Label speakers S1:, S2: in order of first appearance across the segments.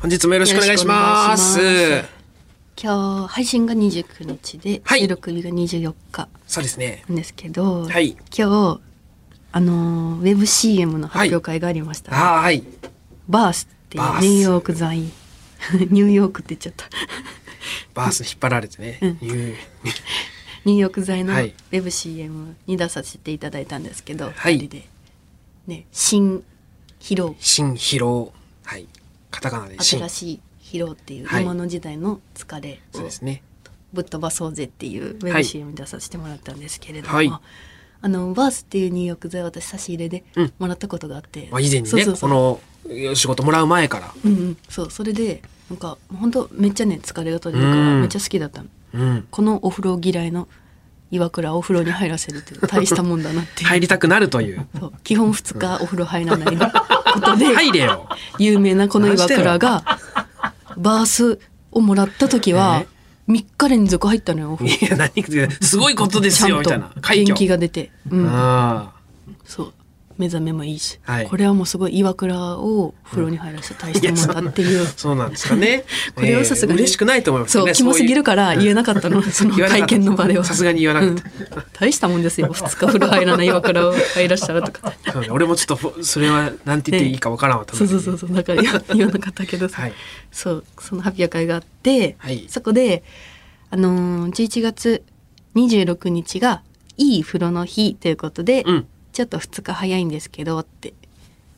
S1: 本日もよろしくお願いします。
S2: よろしくお願いし今日配信が29日で、
S1: はい
S2: 収録日が24日
S1: そうですね。
S2: なんですけど、
S1: はい
S2: 今日あのーウェブ CM の発表会がありました、
S1: はーい。
S2: バースっていう
S1: バース
S2: ニューヨーク在 ニューヨークって言っちゃった
S1: バースに引っ張られてね。ニュー
S2: ニューヨーク在のウ
S1: はい
S2: ェブ CM に出させていただいたんですけど、
S1: はい
S2: 二人で、ね、新披露
S1: 新疲労。はい。カタカナで新
S2: 新。しい披露っていう
S1: はい
S2: 今の時代の疲れを
S1: そうですね。
S2: ぶっ飛ばそうぜっていうウェ
S1: は
S2: ブ
S1: い
S2: CM に出させてもらったんですけれども、
S1: はい
S2: あのバースっていう入浴剤を私差し入れで
S1: うん
S2: もらったことがあって、
S1: まあ、以前に
S2: そう
S1: ね、
S2: そうそう
S1: この仕事もらう前から。
S2: うんうん、そうそれでなんか本当めっちゃね疲れが取れるか
S1: う
S2: ら
S1: ん
S2: めっちゃ好きだったの
S1: うん。
S2: このお風呂嫌いの岩倉をお風呂に入らせるっていう大したもんだなっていう
S1: 入りたくなるという。
S2: そう基本2日お風呂入らないのことで、
S1: 入れよ。
S2: 有名なこの岩倉がバースをもらった時は3日連続入ったのよお風呂
S1: いや、何言ってすごいことで
S2: ち
S1: すよ、
S2: ゃん
S1: みた
S2: と
S1: いな。快
S2: 元気
S1: 挙。
S2: が出て、うん、
S1: あ
S2: そう目覚めもいいし、
S1: はい
S2: これはもうすごい岩倉を風呂に入らせて大したもんだっていう、
S1: あ。そうなんですかね
S2: 。これはさすがに、
S1: えー嬉しくないと思います
S2: そう
S1: ね。
S2: キモすぎるから言えなか ったの、その
S1: 言わなか
S2: 会
S1: った
S2: 見の場では、
S1: さすがに言わなかった
S2: うん大したもんですよ2日風呂入らない岩倉を入らしたらとか
S1: そうね俺もち ょっとふ、それは、なんて言っていいかわからんわ、多
S2: そう
S1: 分
S2: そうそうそうだから言わ言わなかったけどさ、
S1: はい
S2: そうその発表会があって、
S1: はい
S2: そこで、あのー、11月26日が「いい風呂の日」ということで、
S1: うん
S2: ちょっと2日早いんですけどって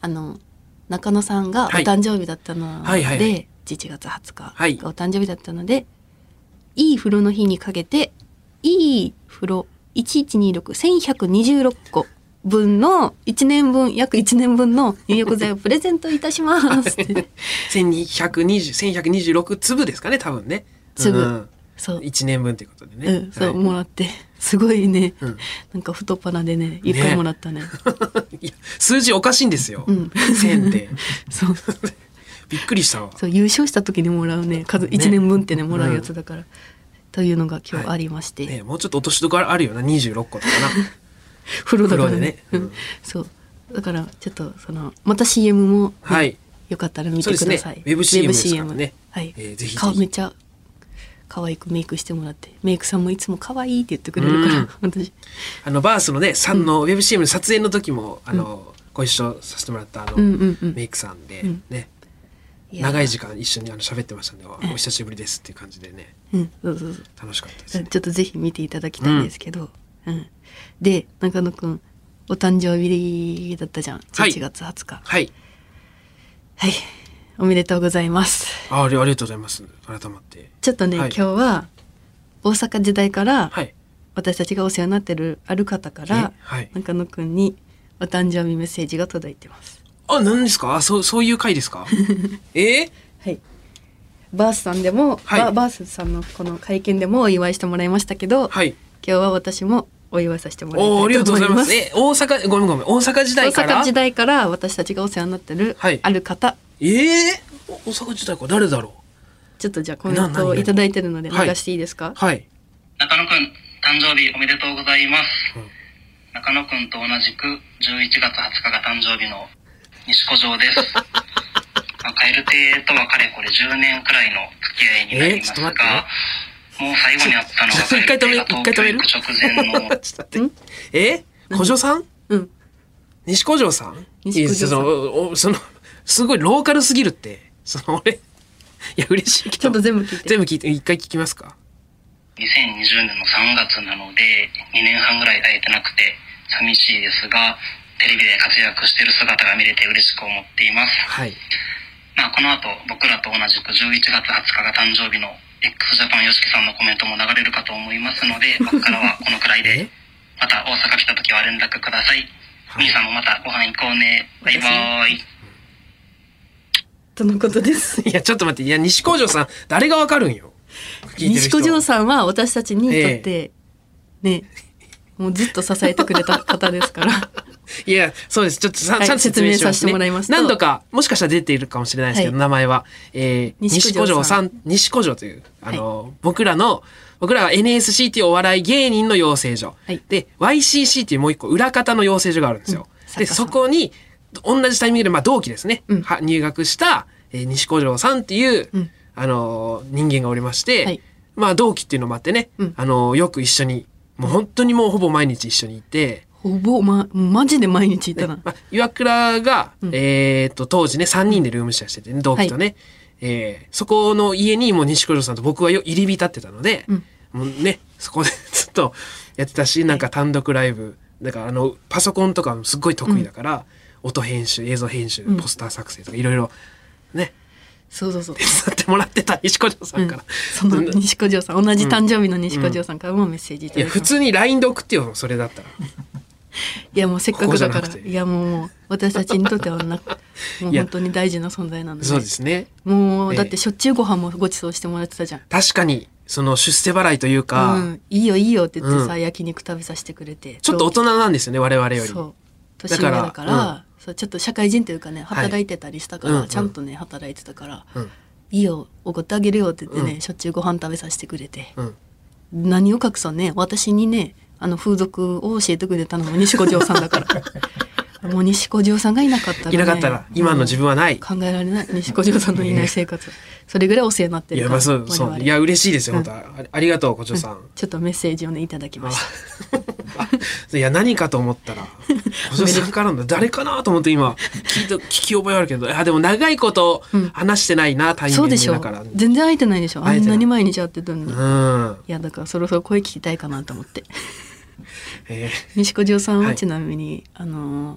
S2: あの中野さんがお
S1: はい
S2: 誕生日だったので、
S1: はいはいはい
S2: 11月20日
S1: はい
S2: がお誕生日だったので「い、い風呂の日」にかけて「いい風呂1126126個」分の1年分約1年分の入浴剤をプレゼントいたしますって
S1: 1220 1126粒ですかね多分ね
S2: 粒
S1: うん、
S2: そう
S1: 1年分ということでね、
S2: うん、そう、
S1: はい
S2: もらって。すごいね、
S1: ん
S2: なんか太っ腹でね、いっぱいもらったね。
S1: いや数字おかしいんですよ、
S2: うん
S1: 1000って
S2: そう、
S1: びっくりしたわ
S2: そう、優勝した時にもらうね、数、一年分ってね、もらうやつだから。というのが今日ありまして、
S1: ねもうちょっと落としどころあるよな26個とかな
S2: 風呂だか
S1: 風呂
S2: らね。
S1: でねうん
S2: うんそう、だから、ちょっと、その、また CM もね、
S1: はい
S2: よかったら見てください。
S1: そうですねウェブ CM ですからね
S2: はい、
S1: えーぜひぜひ
S2: 顔めっちゃ。可愛くメイクしてもらって、メイクさんもいつも可愛いって言ってくれるから、私。
S1: あのバースのねさんのウェブ CM の撮影の時も、あのご一緒させてもらったあの、
S2: うんうんうん
S1: メイクさんで、
S2: うん
S1: ね
S2: いや
S1: 長い時間一緒にあの喋ってましたんでおお久しぶりですっていう感じでね
S2: うん、そうそうそう。
S1: 楽しかったです、
S2: うんちょっとぜひ見ていただきたいんですけど、うんで中野くんお誕生日だったじゃん
S1: はい
S2: 11月20日はい、
S1: はい
S2: おめでとうございます
S1: あありありがとうございます改まって
S2: ちょっとね、
S1: はい
S2: 今日は大阪時代から
S1: はい
S2: 私たちがお世話になってるある方か
S1: え
S2: ら
S1: はい
S2: 中野くんにお誕生日メッセージが届いてます
S1: あ、何ですかあ、そう、そういう回です かえー
S2: はいバースさんでも、
S1: はい
S2: ババースさんのこの会見でもお祝いしてもらいましたけど、
S1: はい。
S2: 今日は私もお祝いさせてもらいたいと
S1: おー、あ
S2: 思い
S1: り
S2: ま
S1: が
S2: す
S1: とうございます。え、大阪、ごめんごめん、大阪時代か
S2: 大
S1: ら
S2: 阪時代から私たちがお世話になってる、
S1: はい
S2: ある方
S1: えー、お大阪時代から誰だろ
S2: ちょっとじゃあコメ
S1: な
S2: ント
S1: 何
S2: を
S1: 何
S2: いただいてるので流
S1: はい
S2: していいですか
S1: う、はい。
S3: 中野くん、誕生日おめでとうございます。
S1: うん
S3: 中野くんと同じく11月20日が誕生日の西小城です。 まあ、カエル亭とはかれこれ10年くらいの付き合いになりま
S1: えー
S3: すが、
S1: ちょっと待
S3: もう最後に会ったの
S1: ちょ
S3: は
S1: っと一回止める
S3: カエル亭が東京行く直前 の
S1: ちょっと待って。えー、小女さん
S2: うん
S1: 西小城さん
S2: 西小城さん
S1: いやそのお、その、すごいローカルすぎるって。その、俺、いや、嬉しいけど。
S2: ちょっと全部聞いて
S1: 全部聞いて、一回聞きますか
S3: 2020年の3月なので2年半ぐらい会えてなくて寂しいですがテレビで活躍している姿が見れて嬉しく思っています
S1: はい。
S3: まあ、この後僕らと同じく11月20日が誕生日の x ジャパン y o s さんのコメントも流れるかと思います ので僕からはこのくらい
S1: え
S3: でまた大阪来た時は連絡ください
S1: はい
S3: 兄さんもまたご飯行こうねバイバーイ
S2: とのことです
S1: いや、ちょっと待って。いや、西小城さん、誰がわかるんよ。聞いてる
S2: 西
S1: 人
S2: 小城さんは私たちにとって、ねもうずっと支えてくれた方ですから
S1: いや、そうです。ちょっとさ、
S2: はい
S1: ちゃんと説明します、ね、
S2: 説明させてもらいますと
S1: 何度か、もしかしたら出ているかもしれないですけど、
S2: はい
S1: 名前は、えー、
S2: 西
S1: 西
S2: 小
S1: 小
S2: 城
S1: 城
S2: さ
S1: さん、西小城という、あの、僕らの、僕らは NSC っていうお笑い芸人の養成所。
S2: はい
S1: で、YCC っていうもう一個裏方の養成所があるんですよ。
S2: うん
S1: で、
S2: 作家さ
S1: そ
S2: ん
S1: こに、同じタイミングで、まあ同期ですね、
S2: うん
S1: は入学した、ええー西小城さんっていう、
S2: うん
S1: あのー人間がおりまして、
S2: はい
S1: まあ同期っていうのもあってね、
S2: うん
S1: あのーよく一緒にもう本当にもうほぼ毎日一緒にいて、
S2: ほぼ、ま、マジで毎日いたな。
S1: まあ、岩倉が、
S2: うん
S1: えーっと当時ね3人でルームシェアしてて、ね、同期とね、えーそこの家にもう西小城さんと僕はよ入り浸ってたので、
S2: うん
S1: もうねそこで ずっとやってたしなんか単独ライブだからあのパソコンとかもすっごい得意だから、音編集映像編集
S2: うん
S1: ポスター作成とかいろいろね
S2: そうそうそう
S1: 手。伝ってもらってた西小城さんから、
S2: その西小城さん、同じ誕生日の西小城さんからもメッセージいた
S1: い
S2: だ
S1: や
S2: き
S1: 普
S2: ます。
S1: 通に LINE で送ってよそれだったら
S2: いや、もうせっかくだ
S1: こ
S2: か
S1: こじゃな
S2: ら。
S1: くて
S2: いや、もうもう、私たちにとってはな、もう
S1: いや
S2: 本当に大事な存在なので。
S1: そうですね
S2: も
S1: え
S2: う、
S1: え
S2: だってしょっちゅうご飯もごちそうしてもらってたじゃん。
S1: 確かにその出世払いというか、
S2: うん、いいよいいよって言ってさ、
S1: う
S2: 焼肉食べさせてくれて
S1: ちょっと大人なんですよね我々より
S2: そう年
S1: だ
S2: 上
S1: から
S2: だからそうちょっと社会人というかね
S1: い
S2: 働いてたりしたから、
S1: うんうん
S2: ちゃんとね働いてたから、
S1: うん
S2: いいよおごってあげるよって言ってね、
S1: うん
S2: しょっちゅうご飯食べさせてくれて、
S1: うん
S2: 何を隠そうね私にねあの風俗を教えてくれたのも西小城さんだか らもう西小城さんがいなかったら、ね、
S1: いなかったら今の自分はない、
S2: 考えられない西小城さんのいない生 活、それぐらいお世話になって
S1: い
S2: る
S1: や
S2: か
S1: まあ
S2: ら
S1: そう
S2: 我
S1: そ
S2: 々
S1: ういや嬉しいですよ本
S2: うん
S1: 当、あありがとう小長 さん、
S2: ちょっとメッセージをねいただきました
S1: いや何かと思 ったら小長さんからの誰かなと思って今聞いた聞き覚えあるけどいやでも長いこと
S2: うん
S1: 話してないな、対
S2: そう
S1: 面
S2: でし
S1: で
S2: ょ
S1: だからう
S2: 全然会えてないでしょあ
S1: 会え
S2: ん
S1: てない
S2: なに毎日会ってたのに、い
S1: ん、
S2: やだからそろそろ声聞きたいかなと思って
S1: え
S2: 西小城さん
S1: は
S2: はいちなみに、あのー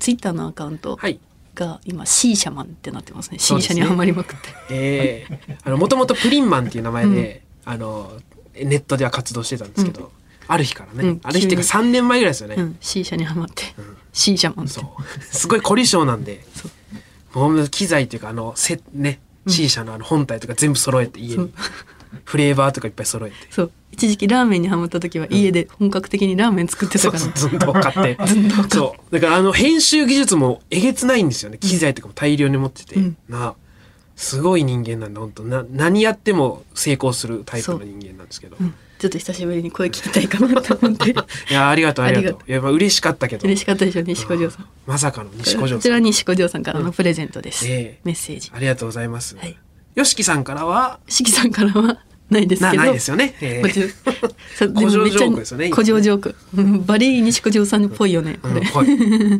S2: ツイッターのアカウント
S1: ーはい
S2: が今 C 社マンってなってますね
S1: そう
S2: C
S1: です
S2: 社
S1: ね
S2: にはまりまくって
S1: えーあのもともとプリンマンっていう名前で、あのネットでは活動してたんですけど、ある日からね、
S2: うん
S1: ある日っていうか3年前ぐらいですよね、
S2: うん C 社にはまって、C 社マンって
S1: そうすごい凝り性なんでもう機材っていうかあのせね C 社のあの本体とか全部揃えて家に、
S2: そう
S1: フレーバーとかいっぱい揃えて
S2: そう一時期ラーメンにはまった時は家で本格的にラーメン作って
S1: そ
S2: た
S1: う
S2: から、
S1: そうずんどう買って
S2: ずんどう買って
S1: そうだからあの編集技術もえげつないんですよね機材とかも大量に持ってて、
S2: うん
S1: なすごい人間なんで本当な何やっても成功するタイプの
S2: そう
S1: 人間なんですけど、
S2: うんちょっと久しぶりに声聞きたいかなと思っ て
S1: いやありがとうありがとう
S2: ありが
S1: いやまあ嬉しかったけど
S2: 嬉しかったでしょ西小城さん
S1: うんまさかの西小
S2: こ
S1: 城
S2: ち
S1: さ
S2: ら
S1: ん
S2: 西小城さんからのプレゼントです、
S1: うんええ
S2: メッセージ
S1: ありがとうございます、
S2: はい
S1: よしきさんからは
S2: しきさんからはないです
S1: な
S2: けど
S1: ないですよね、えー
S2: こっち そうで
S1: 古
S2: も
S1: 城
S2: めっちゃ
S1: ジョークですよね
S2: 古城ジョ ークうんバリー西小城さんっぽいよねこ
S1: うん
S2: れ、
S1: ぽ い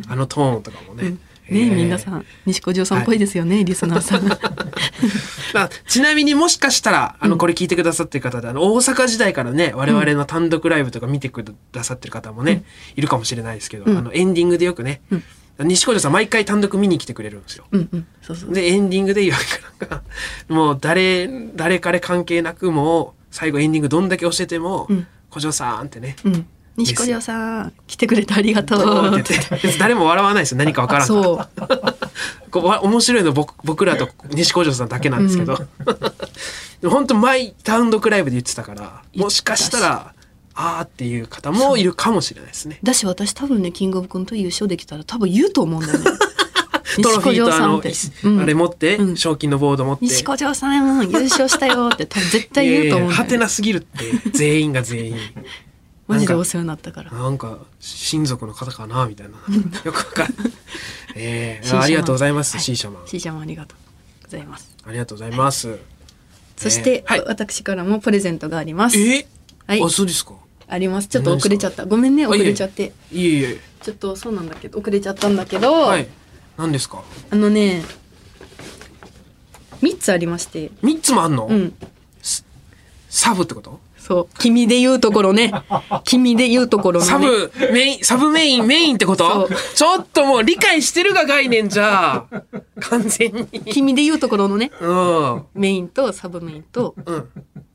S1: あのトーンとかもね、え
S2: ね
S1: ー
S2: 皆さん西小城さんっぽいですよね、リスナー さん
S1: まあ、ちなみにもしかしたら、あの、これ聞いてくださってる方で、あの、大阪時代からね、我々の単独ライブとか見てくださってる方もね、いるかもしれないですけど、
S2: うん
S1: あの、エンディングでよくね、西小城さん毎回単独見に来てくれるんですよ。
S2: うんうんそうそう
S1: で、エンディングで岩倉が、もう誰、誰彼関係なくもう、最後エンディングどんだけ教えても、
S2: うん
S1: 小城さんってね、
S2: うん西小城さん来てくれてありがと
S1: おー
S2: う
S1: って言って別に誰も笑わないですよ。何かわからんから。
S2: そう
S1: こうわ面白いの僕僕らと西工場さんだけなんですけど、でも本当毎単独ライブで言ってたからもしかしたらあーっていう方もいるかもしれないですね。
S2: だし私多分ねキングオブコント優勝できたら多分言うと思うんだよね
S1: トロフィ
S2: 西小
S1: ー
S2: 城
S1: とあ
S2: さん
S1: の
S2: って、
S1: いあれ持って、
S2: うん
S1: 賞金のボード持って。
S2: 西小城さんうん優勝したよって多分絶対言うと思うんだよ
S1: は
S2: ね
S1: てなすぎるって全員が全員
S2: マジでお世話になったから
S1: なんか親族の方かなみたいなよくわかる、 え
S2: シー
S1: ー、
S2: シャマン
S1: ありがとうございます、
S2: はい
S1: シーシャマン
S2: C 社マンありがとうございます
S1: ありがとうございます、
S2: そして、
S1: はい
S2: 私からもプレゼントがあります。
S1: え
S2: はい
S1: あそうですか
S2: あります。ちょっと遅れちゃった。ごめんね、
S1: あいえ
S2: 遅れちゃって。
S1: いえいえ
S2: ちょっとそうなんだけど、遅れちゃったんだけど、
S1: はい何ですか
S2: あのね、3つありまして、
S1: 三つもあんの、
S2: うん、
S1: サブってこと
S2: そう、君で言うところ ね、君で言うところのね、
S1: サブ、メイン、サブメ イン、メインってこ
S2: そ
S1: と
S2: う
S1: ちょっともう理解してるが概念じゃ。完全に。
S2: 君で言うところのね、
S1: うん。うん。
S2: メインとサブメインと、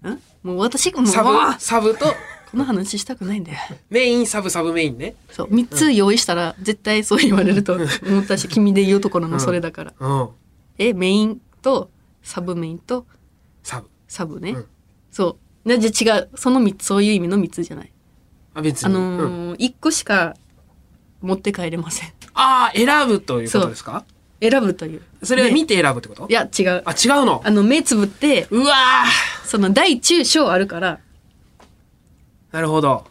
S2: んもう私がもう、
S1: サ
S2: わあ
S1: ブ、サブと、
S2: この話したくないんだよ。
S1: メイン、サブ、サブメインね。
S2: そう、3つ用意したら、絶対そう言われると思ったし、君で言うところのそれだから。
S1: うん。
S2: え、メインとサブメインと、
S1: サブ。
S2: サブね、
S1: うん
S2: そうなじゃあ違うその3つそういう意味の3つじゃない
S1: あ、別に。
S2: あ
S1: う
S2: の
S1: ん
S2: ー1個しか持って帰れません
S1: ああ、選ぶということですか
S2: 選ぶという
S1: それは
S2: ね
S1: 見て選ぶってこと
S2: いや違う
S1: あ、違うの
S2: あの目つぶって
S1: うわ
S2: その大中小あるから、
S1: ーなるほど。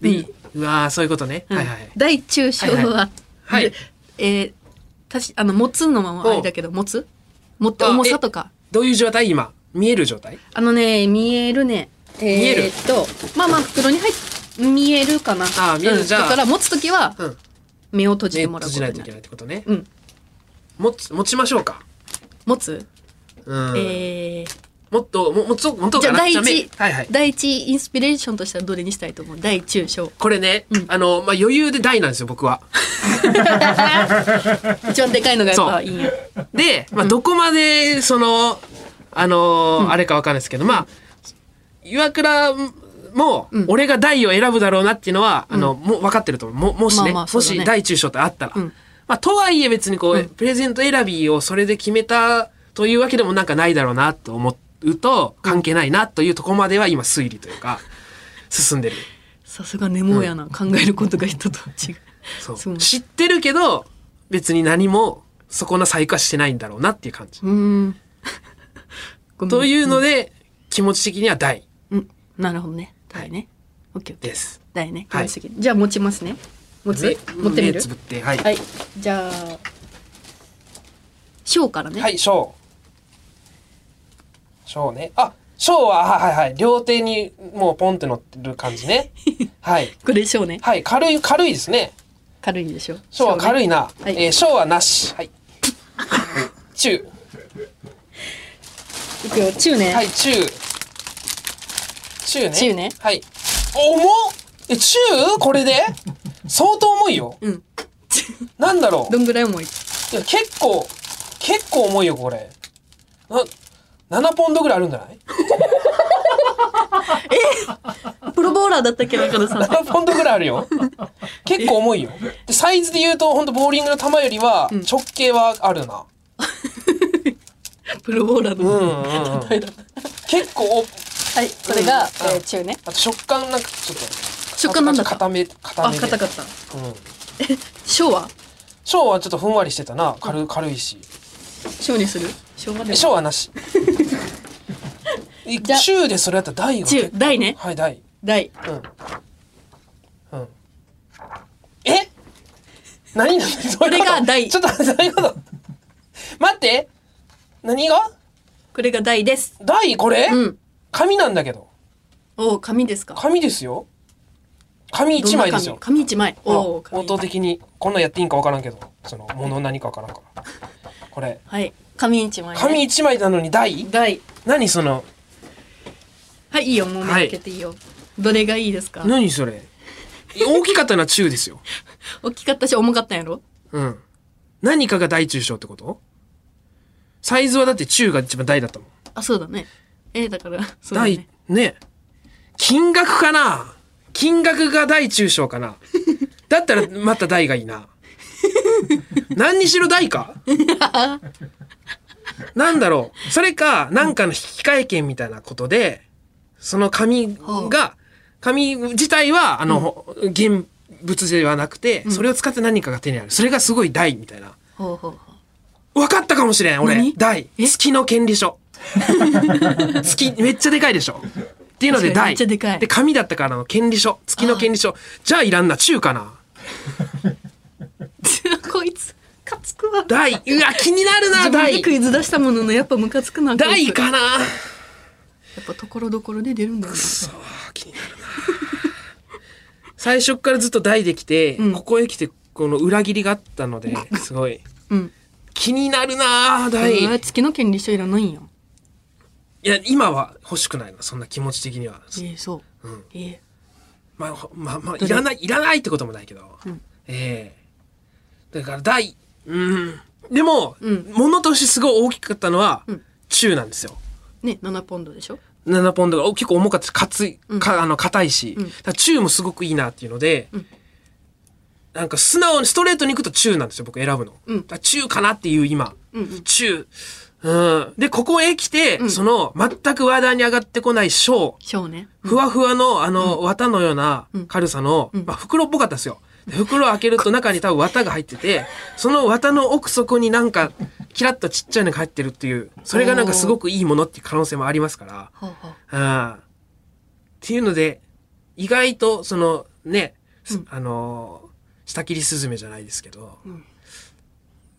S1: で、うわーそういうことね。
S2: うん
S1: はいはい。
S2: 大中小は、
S1: はいはいはい
S2: でえーたしあの持つのままあれだけど持つ持って重さとか
S1: どういう状態今見える状態
S2: あのね見えるね
S1: 見える
S2: えーっとまあまあ袋に入っ見えるかな
S1: あー見える
S2: うん
S1: じゃあ
S2: だから持つ時は
S1: うん
S2: 目を閉じ
S1: 目
S2: てもらう
S1: 閉
S2: こ
S1: じ
S2: と
S1: ないとい
S2: にな
S1: け
S2: る
S1: ないってことね
S2: うん
S1: 持つ持ちましょうか
S2: 持つ、
S1: うん、
S2: えー
S1: もっとも持つ持とう
S2: じゃ
S1: かな
S2: あ第
S1: 目
S2: 一、
S1: はいはい
S2: 第一インスピレーションとしたらどれにしたいと思う大中小
S1: これね、
S2: うん
S1: あの、まあ、余裕で大なんですよ、僕 は。
S2: 一番でかいのがやっぱいいんや
S1: で、まあ、どこまで、その、あのーあれかわかんないですけど、まあ、岩倉も、
S2: うん
S1: 俺が大を選ぶだろうなっていうのは、あの、もう分かってると思う。も、もしね、
S2: まあまあそ
S1: も
S2: うだね
S1: し大中小ってあったら。
S2: うん
S1: まあ、とはいえ別にこう、プレゼント選びをそれで決めたというわけでもなんかないだろうなと思うと、関係ないなというとこまでは今推理という か、進んでる。
S2: さすがネモやな、考えることが人とは違う
S1: そう
S2: そう
S1: 知ってるけど別に何もそこの細工はしてないんだろうなっていう感じ、
S2: うーんごめん
S1: というので、気持ち的には大
S2: うんなるほどねだよね、オッケーオッケー
S1: です
S2: だよね、
S1: はい
S2: ごめんなさいじゃあ持ちますね持つ
S1: で
S2: 持ってみ
S1: 目
S2: る
S1: つぶってはいは、
S2: はいいじゃあ小からね、
S1: 小小ねあ小ははいはいはい両手にもうポンって乗ってる感じ ねはい
S2: これ小ね
S1: はい軽い軽いですね
S2: 軽いんでしょ
S1: 小は軽いな、
S2: 小ねはい
S1: えー小はなし はい中
S2: いくよ中ね、
S1: はい中中ね
S2: 中ね
S1: はい重っえ中こ れで相当重いよ
S2: うん
S1: なんだろう
S2: どんぐらい重い
S1: いや結構結構重いよこれな7ポンドぐらいあるんじゃ ない
S2: プロボーラーだったっけだからさん
S1: ?7 ポンドぐらいあるよ結構重いよでサイズで言うと本当ボーリングの球よりは直径はあるな、
S2: プロボーラー
S1: うん、うん
S2: の、
S1: うん
S2: 例えだ
S1: 結構お
S2: はいこれが、
S1: うん
S2: えー中ね
S1: あと食感なんかちょっと
S2: 食感なんだった
S1: 固め固
S2: あ
S1: めで
S2: 硬かった
S1: うん
S2: 小は
S1: 小はちょっとふんわりしてたな軽軽いし
S2: 小にする小まで
S1: え小はなしえ
S2: じゃあ
S1: 中でそれやったら大が
S2: 中大ね
S1: はい大
S2: 大
S1: うんうんえ何 何そ
S2: れが大
S1: ちょっと待ってどういうこと待って何が
S2: これが大です
S1: 大これ、
S2: うん
S1: 紙なんだけど
S2: おお紙ですか
S1: 紙ですよ紙一枚ですよ
S2: どんな紙紙一枚おお
S1: ほら
S2: 紙
S1: 応答的にこんなんやっていいんかわからんけどそのもの何かわからんからこれ
S2: はい紙一枚、ね、
S1: 紙一枚なのに大
S2: 大
S1: 何その
S2: はいいいよもう目開けていいよ、どれがいいですか
S1: 何それ大きかったのは中ですよ
S2: 大きかったし重かったんやろ
S1: うん。何かが大中小ってことサイズはだって中が一番大だったもん。
S2: あそうだねえー、だからそうだ
S1: 大、
S2: ね
S1: ね金額かな金額が大中小か なだったらまた大がいいな。何にしろ大 かなんだろうそれか、なんかの引換券みたいなことで、その紙が、紙自体は、あの、現物ではなくて、それを使って何かが手にある。それがすごい大みたいな。
S2: ほうほう ほう
S1: 分かったかもしれん、俺
S2: 何。
S1: 大。月の権利書。 月、めっちゃでかいでしょ。っていうので
S2: 確かに
S1: 大。
S2: めっちゃでかい
S1: で、紙だったからの権利書。月の権利書。じゃあいらんな、中かな。
S2: こいつムカつくわ
S1: 大。うわ、気になるな、
S2: 自分で
S1: 大
S2: ク。イズ出したもののやっぱムカつくなこい
S1: 大
S2: つ
S1: かな。
S2: やっぱところどころで出るんだよね
S1: そう、気になるな。最初からずっと大できて、
S2: うん
S1: ここへ来て、この裏切りがあったので、すごい。
S2: うん
S1: 気になるな、大。
S2: うわ月の権利書いらないんや
S1: いや、今は欲しくないな、そんな気持ち的には。
S2: えー、そう、
S1: うん
S2: えー
S1: まあ、ほまあ、まあ、
S2: ど
S1: い
S2: れ
S1: らない、いらないってこともないけど。
S2: うん
S1: ええだから、大、うん。でも、
S2: うん
S1: 物としてすごい大きかったのは、
S2: うん
S1: 中なんですよ。
S2: ね7ポンドでしょ
S1: 7ポンドがお結構重かったし、かつい、か、あの、硬いし、
S2: うん
S1: だから中もすごくいいなっていうので、
S2: うん
S1: なんか素直にストレートに行くと中なんですよ、僕選ぶの。
S2: うん
S1: だから中かなっていう今。
S2: うんうん
S1: 中。うん。で、ここへ来て、
S2: ん
S1: その、全く話題に上がってこない小。
S2: 小ね
S1: ふわふわの、あの、綿のような軽さの、
S2: うん
S1: まあ、袋っぽかったですよ。で袋を開けると中に多分綿が入ってて、その綿の奥底になんか、キラッとちっちゃいのが入ってるっていう、それがなんかすごくいいものっていう可能性もありますか
S2: ほうほう
S1: ら、うん。っていうので、意外と、その、ね、
S2: うん
S1: あのー、下切りスズメじゃないですけど、
S2: うん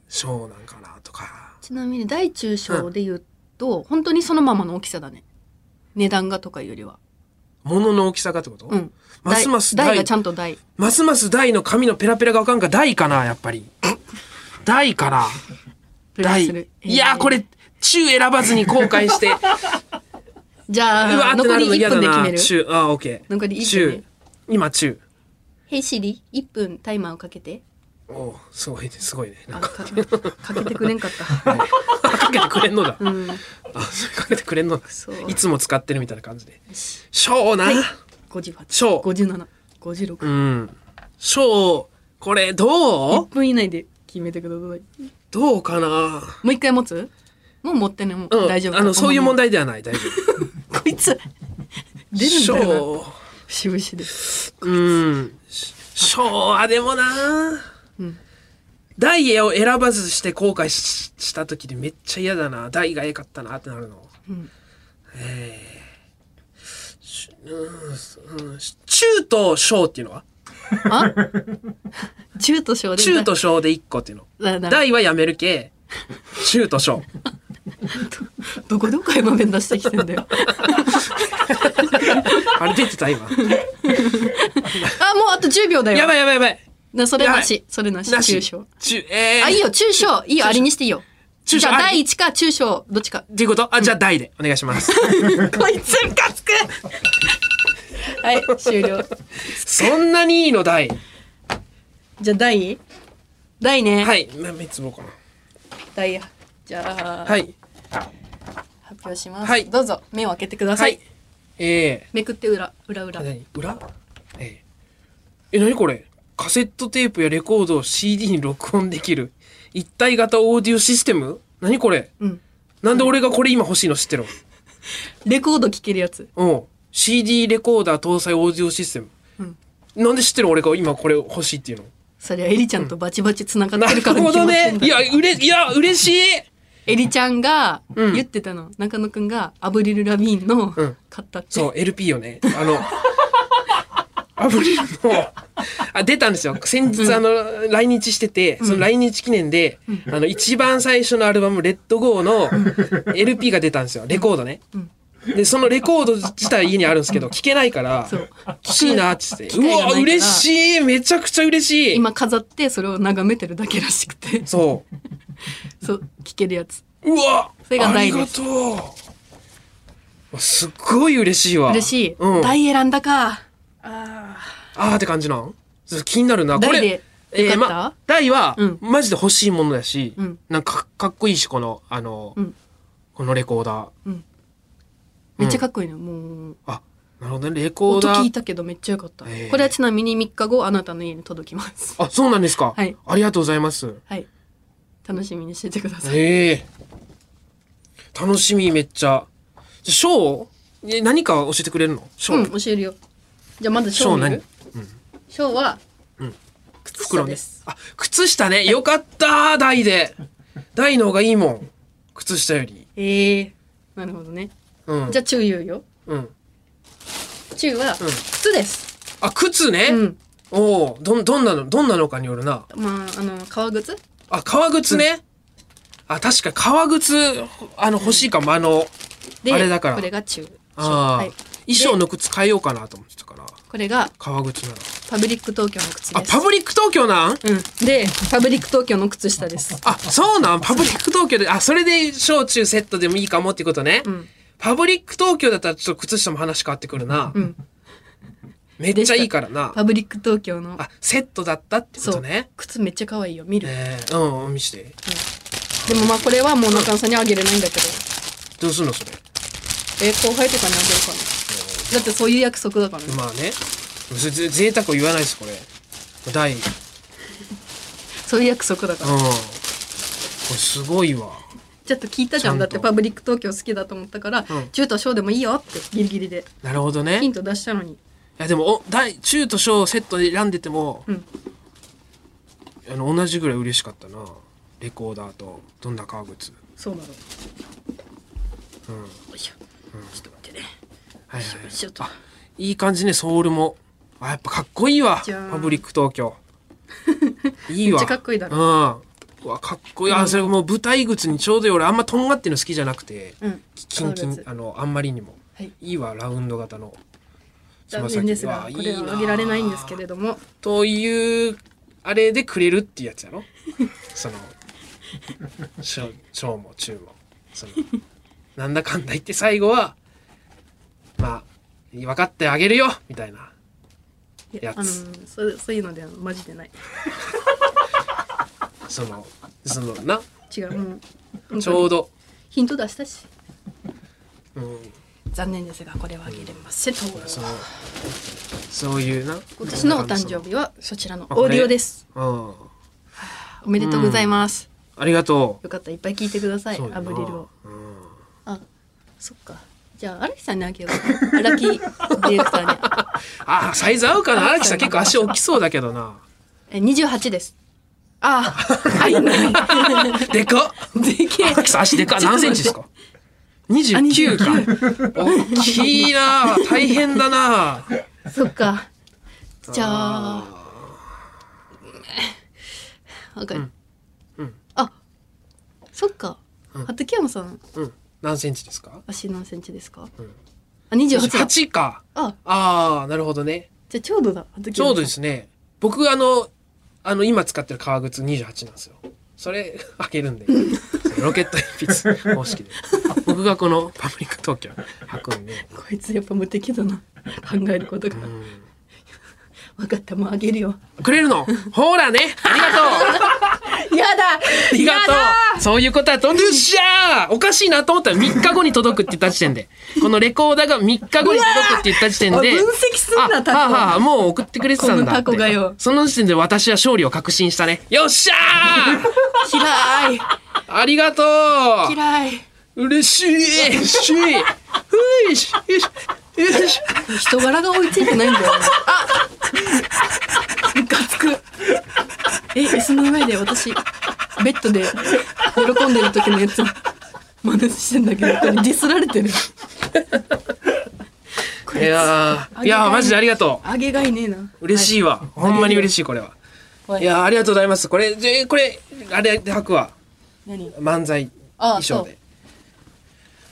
S1: 小なんかなとか
S2: ちなみに大中小で言うと、本当にそのままの大きさだね値段がとかよりは
S1: 物の大きさかってこと、
S2: うん
S1: ますます
S2: 大
S1: 大
S2: がちゃんと大
S1: ますます大の髪のペラペラがわかんか大かなやっぱり大か な大いやーこれ中選ばずに後悔 してう
S2: じゃ
S1: わー
S2: あ
S1: って
S2: 残
S1: な
S2: り
S1: るの
S2: 1
S1: 嫌だ
S2: 分で決
S1: な
S2: める
S1: 中あーオッケー
S2: 残り1分
S1: 中
S2: で
S1: 今中
S2: 「ヘイシリ1分タイマーをかけて
S1: おおすごいねすごいね」な
S2: あ
S1: ん か
S2: かかけてくれんかった
S1: はいかけてくれんのだ、
S2: うん
S1: あそれかけてくれんのだ
S2: そう
S1: いつも使ってるみたいな感じで小な、小
S2: 585756
S1: うん小これど
S2: 1
S1: う
S2: 分以内で決めてください
S1: どうかな
S2: もう一回持つもう持ってねもう
S1: うん
S2: 大丈夫
S1: あのそういう問題ではない大丈夫
S2: 題こ いつ 出るんだよな
S1: 小
S2: 節々で
S1: うんし小はでもな、
S2: うん
S1: 大を選ばずして後悔しした時でめっちゃ嫌だな大が良かったなってなるの
S2: うん
S1: うんし中と小っていうのは
S2: あ中と小で
S1: 中と小で1個っていうの
S2: だだ
S1: 大はやめるけ中と 小
S2: どこどこ今弁出してきてん だよ
S1: あれ出てた今
S2: あもうあと10秒だよ
S1: やばいやばいやばい
S2: なそれなし
S1: や
S2: それなし
S1: なし
S2: 中小
S1: 中えー、
S2: あいいよ中小いいよあれにしていいよ
S1: 中小
S2: じゃあ
S1: あり
S2: 第一か中小どっちか
S1: っていうことあじゃあ大でお願いします
S2: こいつムカつくはい終了
S1: そんなにいいの大
S2: じゃあ第第ね、
S1: はい3つもかな
S2: 第じゃあ、
S1: はい
S2: 発表します、
S1: はい
S2: どうぞ目を開けてくださ、
S1: はいいえ
S2: めくって裏裏裏
S1: ー、何裏えー、え何これカセットテープやレコードを CD に録音できる一体型オーディオシステム何これ
S2: うん
S1: なんで俺がこれ今欲しいの知ってる
S2: レコード聴けるやつ
S1: うん CD レコーダー搭載オーディオシステム、
S2: うん
S1: なんで知ってる俺が今これ欲しいっていうの
S2: それはエリちゃんとバチバチつながっ
S1: な
S2: てる
S1: る
S2: から
S1: ほどね
S2: 決まって
S1: い
S2: ん。だ
S1: や、うれ、いや、嬉しい。
S2: エリちゃんが
S1: うん
S2: 言ってたの、中野くんがアブリル・ラビーンの
S1: うん
S2: 買ったって、
S1: そう、LP よね。あの、アブリルの、あ、出たんですよ。先日、あの、来日してて、その来日記念で、あの、一番最初のアルバム、レッドゴーの LP が出たんですよ。レコードね。
S2: うん
S1: で、そのレコード自体家にあるんですけど、聴けないから
S2: そう、
S1: 欲しいなって言 って、
S2: 機会が
S1: う
S2: ないから
S1: わ、嬉しいめちゃくちゃ嬉しい
S2: 今飾ってそれを眺めてるだけらしくて
S1: そ
S2: そう聴けるやつ
S1: う。うわ
S2: それが
S1: あ
S2: 大
S1: り
S2: で
S1: が
S2: す
S1: とうすっごい嬉しいわ。
S2: 嬉しい、
S1: うん。
S2: 大選んだか
S1: あーって感じなんそれ気になるな。こ
S2: 大
S1: れ
S2: で、よかった、
S1: ま、大は、
S2: うん
S1: マジで欲しいものだし、
S2: うん
S1: なんかかかっこいいし、この、あの、
S2: うん
S1: このレコーダー。
S2: めっちゃかっこいいのもう
S1: あ、なるほどね、レコー
S2: 音
S1: ダ
S2: 聞い
S1: ー。
S2: たけどめっちゃよかった、
S1: えー
S2: これはちなみに3日後あなたの家に届きます
S1: あ、そうなんですか、
S2: はい
S1: ありがとうございます。
S2: はい楽しみにしててください
S1: ええ楽しみ、めっちゃ。じゃ、ショーえ何か教えてくれるのショ
S2: うん
S1: ー、
S2: 教えるよじゃあまず
S1: ショ
S2: 賞
S1: ー
S2: 見
S1: 何
S2: る賞は、靴下
S1: 袋
S2: で
S1: ね
S2: す。
S1: あ、靴下ね。よかったー、大で。大の方がいいもん。靴下より。
S2: ええー、なるほどね
S1: うん。
S2: じゃあ中言うよ
S1: うん。
S2: 中
S1: う
S2: は
S1: ん
S2: 靴です、
S1: あ、靴ね。
S2: うん
S1: おお、どん、どんなの、どんなのかによるな。
S2: まああの革靴
S1: あ、革靴ね。あ、確かに革靴、あの、欲しいかも。あの、
S2: で
S1: あれだから
S2: これが中
S1: あ
S2: は
S1: ー
S2: い
S1: 衣装の靴変えようかなと思ってたから。
S2: これが
S1: 革靴なら。
S2: パブリック東京の靴
S1: あ、
S2: です
S1: パブリック東京なん
S2: うん、でパブリック東京の靴下です
S1: あ、そうなんパブリック東京で、あ、それで小中セットでもいいかもってことね。
S2: うん
S1: パブリック東京だったらちょっと靴下も話変わってくるな。
S2: うん
S1: めっちゃいいからな。
S2: パブリック東京の
S1: あ、セットだったってこ
S2: そ
S1: と
S2: う
S1: ね。
S2: 靴めっちゃ可愛いよ見る、
S1: えー、うんうん、見して。
S2: でもまあこれはもう中野さんにあげれないんだけど
S1: どうすんのそれ。
S2: えー後輩とかにあげるかなだってそういう約束だからね
S1: まあね。ぜ、ぜ贅沢を言わないです、これ。第
S2: そういう約束だから
S1: うん。これすごいわ。
S2: ちょっと聞いたじゃん
S1: ち
S2: だ
S1: ゃ
S2: っ
S1: んと
S2: てパブリック東京好きだと思ったから、
S1: うん
S2: 中と小でもいいよってギリギリで
S1: なるほどね。
S2: ヒ
S1: い
S2: ント出したのに
S1: やでも、お大中と小をセットで選んでても、
S2: うん
S1: あの同じぐらい嬉しかったな。レコーダーとどんな革靴。
S2: そうなのよ
S1: うん。
S2: いしょ、ちょっと待ってね
S1: はいはい
S2: よいしょと
S1: あいい感じね、ソールも。あ、やっぱかっこいいわ。
S2: じゃーん
S1: パブリック東京。いいわ。
S2: めっちゃかっこいいだろ
S1: うん。うわかっこいいあそれもう舞台靴にちょうどいい俺あんまとんがってるの好きじゃなくて
S2: うん。
S1: キンキンあのあんまりにも
S2: はい。
S1: いいわラウンド型のつ
S2: 残
S1: ま先
S2: 念ですが
S1: うわ
S2: これはあげられないんですけれども、
S1: というあれでくれるっていうやつやろ その小小も中もそのなんだかんだ言って最後はまあ分かってあげるよみたいない
S2: や
S1: や
S2: あの
S1: つ
S2: そうそういうのではマジでない。
S1: そのそのな
S2: 違うもう本当に
S1: ちょうど、
S2: ヒント出したし
S1: うん、
S2: 残念ですがこれはあげれませんと。
S1: そのそういうな
S2: 今年のお誕生日はそちらのオーディオです。
S1: うん
S2: おめでとうございます。
S1: ありがとう
S2: よかったらいっぱい聞いてください。
S1: そうやな
S2: アブリルを。
S1: うん
S2: あ、そっか。じゃあ荒木さんにあげようか。荒木ディレクターに。
S1: あサイズ合うかな荒木さん結構足大きそうだけどな
S2: え、二十八です。ああ、はい。で
S1: でかっ
S2: けえ
S1: 荒木さん足でかっ何センチですか
S2: あ
S1: 29か大きいな大変だな
S2: そっか。じゃあ、わかる。
S1: うんうん
S2: あ、そっか。
S1: うん
S2: 畠山さん、
S1: うん何センチですか
S2: 足何センチですか
S1: うん。
S2: あ、二十八だ。
S1: 8か
S2: あ、
S1: ああなるほどね
S2: じゃあちょうどだ。畠山さん
S1: ちょうどですね僕あのあの今使ってる革靴28なんですよそれあげるんでそのロケット鉛筆方 式で僕がこのパブリック東京履くんで、
S2: こいつやっぱ無敵だな。考えることが。
S1: うん
S2: 分かった、もうあげるよ。
S1: くれるのほらねありがとう
S2: やだ
S1: ありが
S2: や
S1: と
S2: だ
S1: うそういうことだとよっしゃーおかしいなと思ったら3日後に届くって言った時点で。このレコーダーが3日後に届くって言った時点
S2: おい
S1: で。
S2: 分析すんなタコ
S1: あはあはあもう送ってくれてたんだって。
S2: このタコがよ
S1: その時点で私は勝利を確信したね。よっしゃ
S2: 嫌い
S1: ーありがとう
S2: 嫌い
S1: 嬉しい嬉しいふいしよしよし
S2: 人柄が追いついてないんだよね。あムカつく。え、椅子の上で私、ベッドで喜んでる時のやつ、真似してんだけど、これディスられてる。こ
S1: い
S2: いつ
S1: やーいやーマジでありがとう
S2: あげがいねえな。
S1: 嬉しいわ、ほんまに嬉しいこれは
S2: はい
S1: いやーありがとうございますこれでこれあれで吐くわ
S2: 何
S1: 漫才
S2: ああ
S1: 衣装で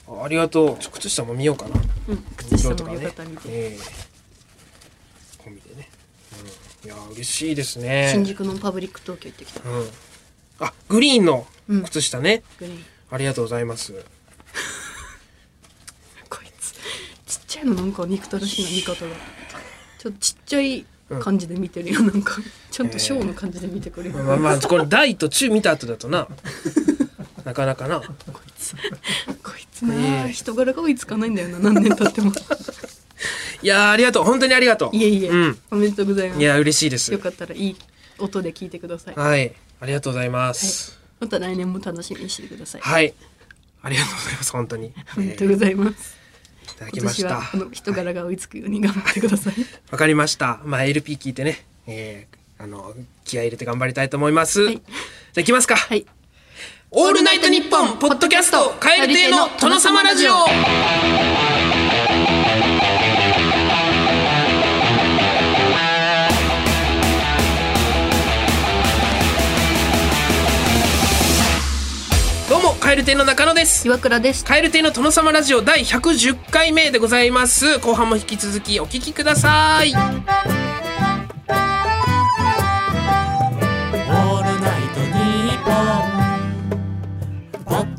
S1: あありがとうちょ靴下も見ようかな
S2: うん、靴下もよかったら見て。
S1: ええコンビでね、うん、いやー嬉しいですね
S2: 新宿のパブリック東京行ってきた。
S1: うん、あグリーンの
S2: うん
S1: 靴下ね、
S2: グリーン。
S1: ありがとうございます
S2: こいつちっちゃいのなんか憎たらしいな見方がちょっとちっちゃい感じで見てるよ、なんかちゃんとショーの感じで見てくるよ、
S1: まあまあこれ大と中見た後だと ななかなかな
S2: こいつな、
S1: ねえ
S2: 人柄が追いつかないんだよな何年経っても
S1: いやーありがとう本当にありがとう
S2: いえいえ、
S1: うん、
S2: おめでとうございま
S1: い
S2: す
S1: や嬉しいです
S2: よかったらいい音で聞いてください
S1: はいありがとうございます
S2: また来年も楽しみにしてください、
S1: はい、ありがとうございます本当に、
S2: おめでとうございます、
S1: えーいただき
S2: 今
S1: まし
S2: 年
S1: た
S2: は あの人柄が追いつくように頑張ってくだ さい
S1: わかりました。まあ LP 聞いてね、えー、あの気合い入れて頑張りたいと思います。
S2: はい
S1: じゃあ行きますか。
S2: はい
S1: オールナイトニッポンポッドキャストカエル亭の殿様ラジオ。どうもカエル亭の中野です。
S2: 岩倉です
S1: カエル亭の殿様ラジオ第110回目でございます。後半も引き続きお聞きくださ
S4: オ
S1: い。
S4: ールナイトニッポン」ポッ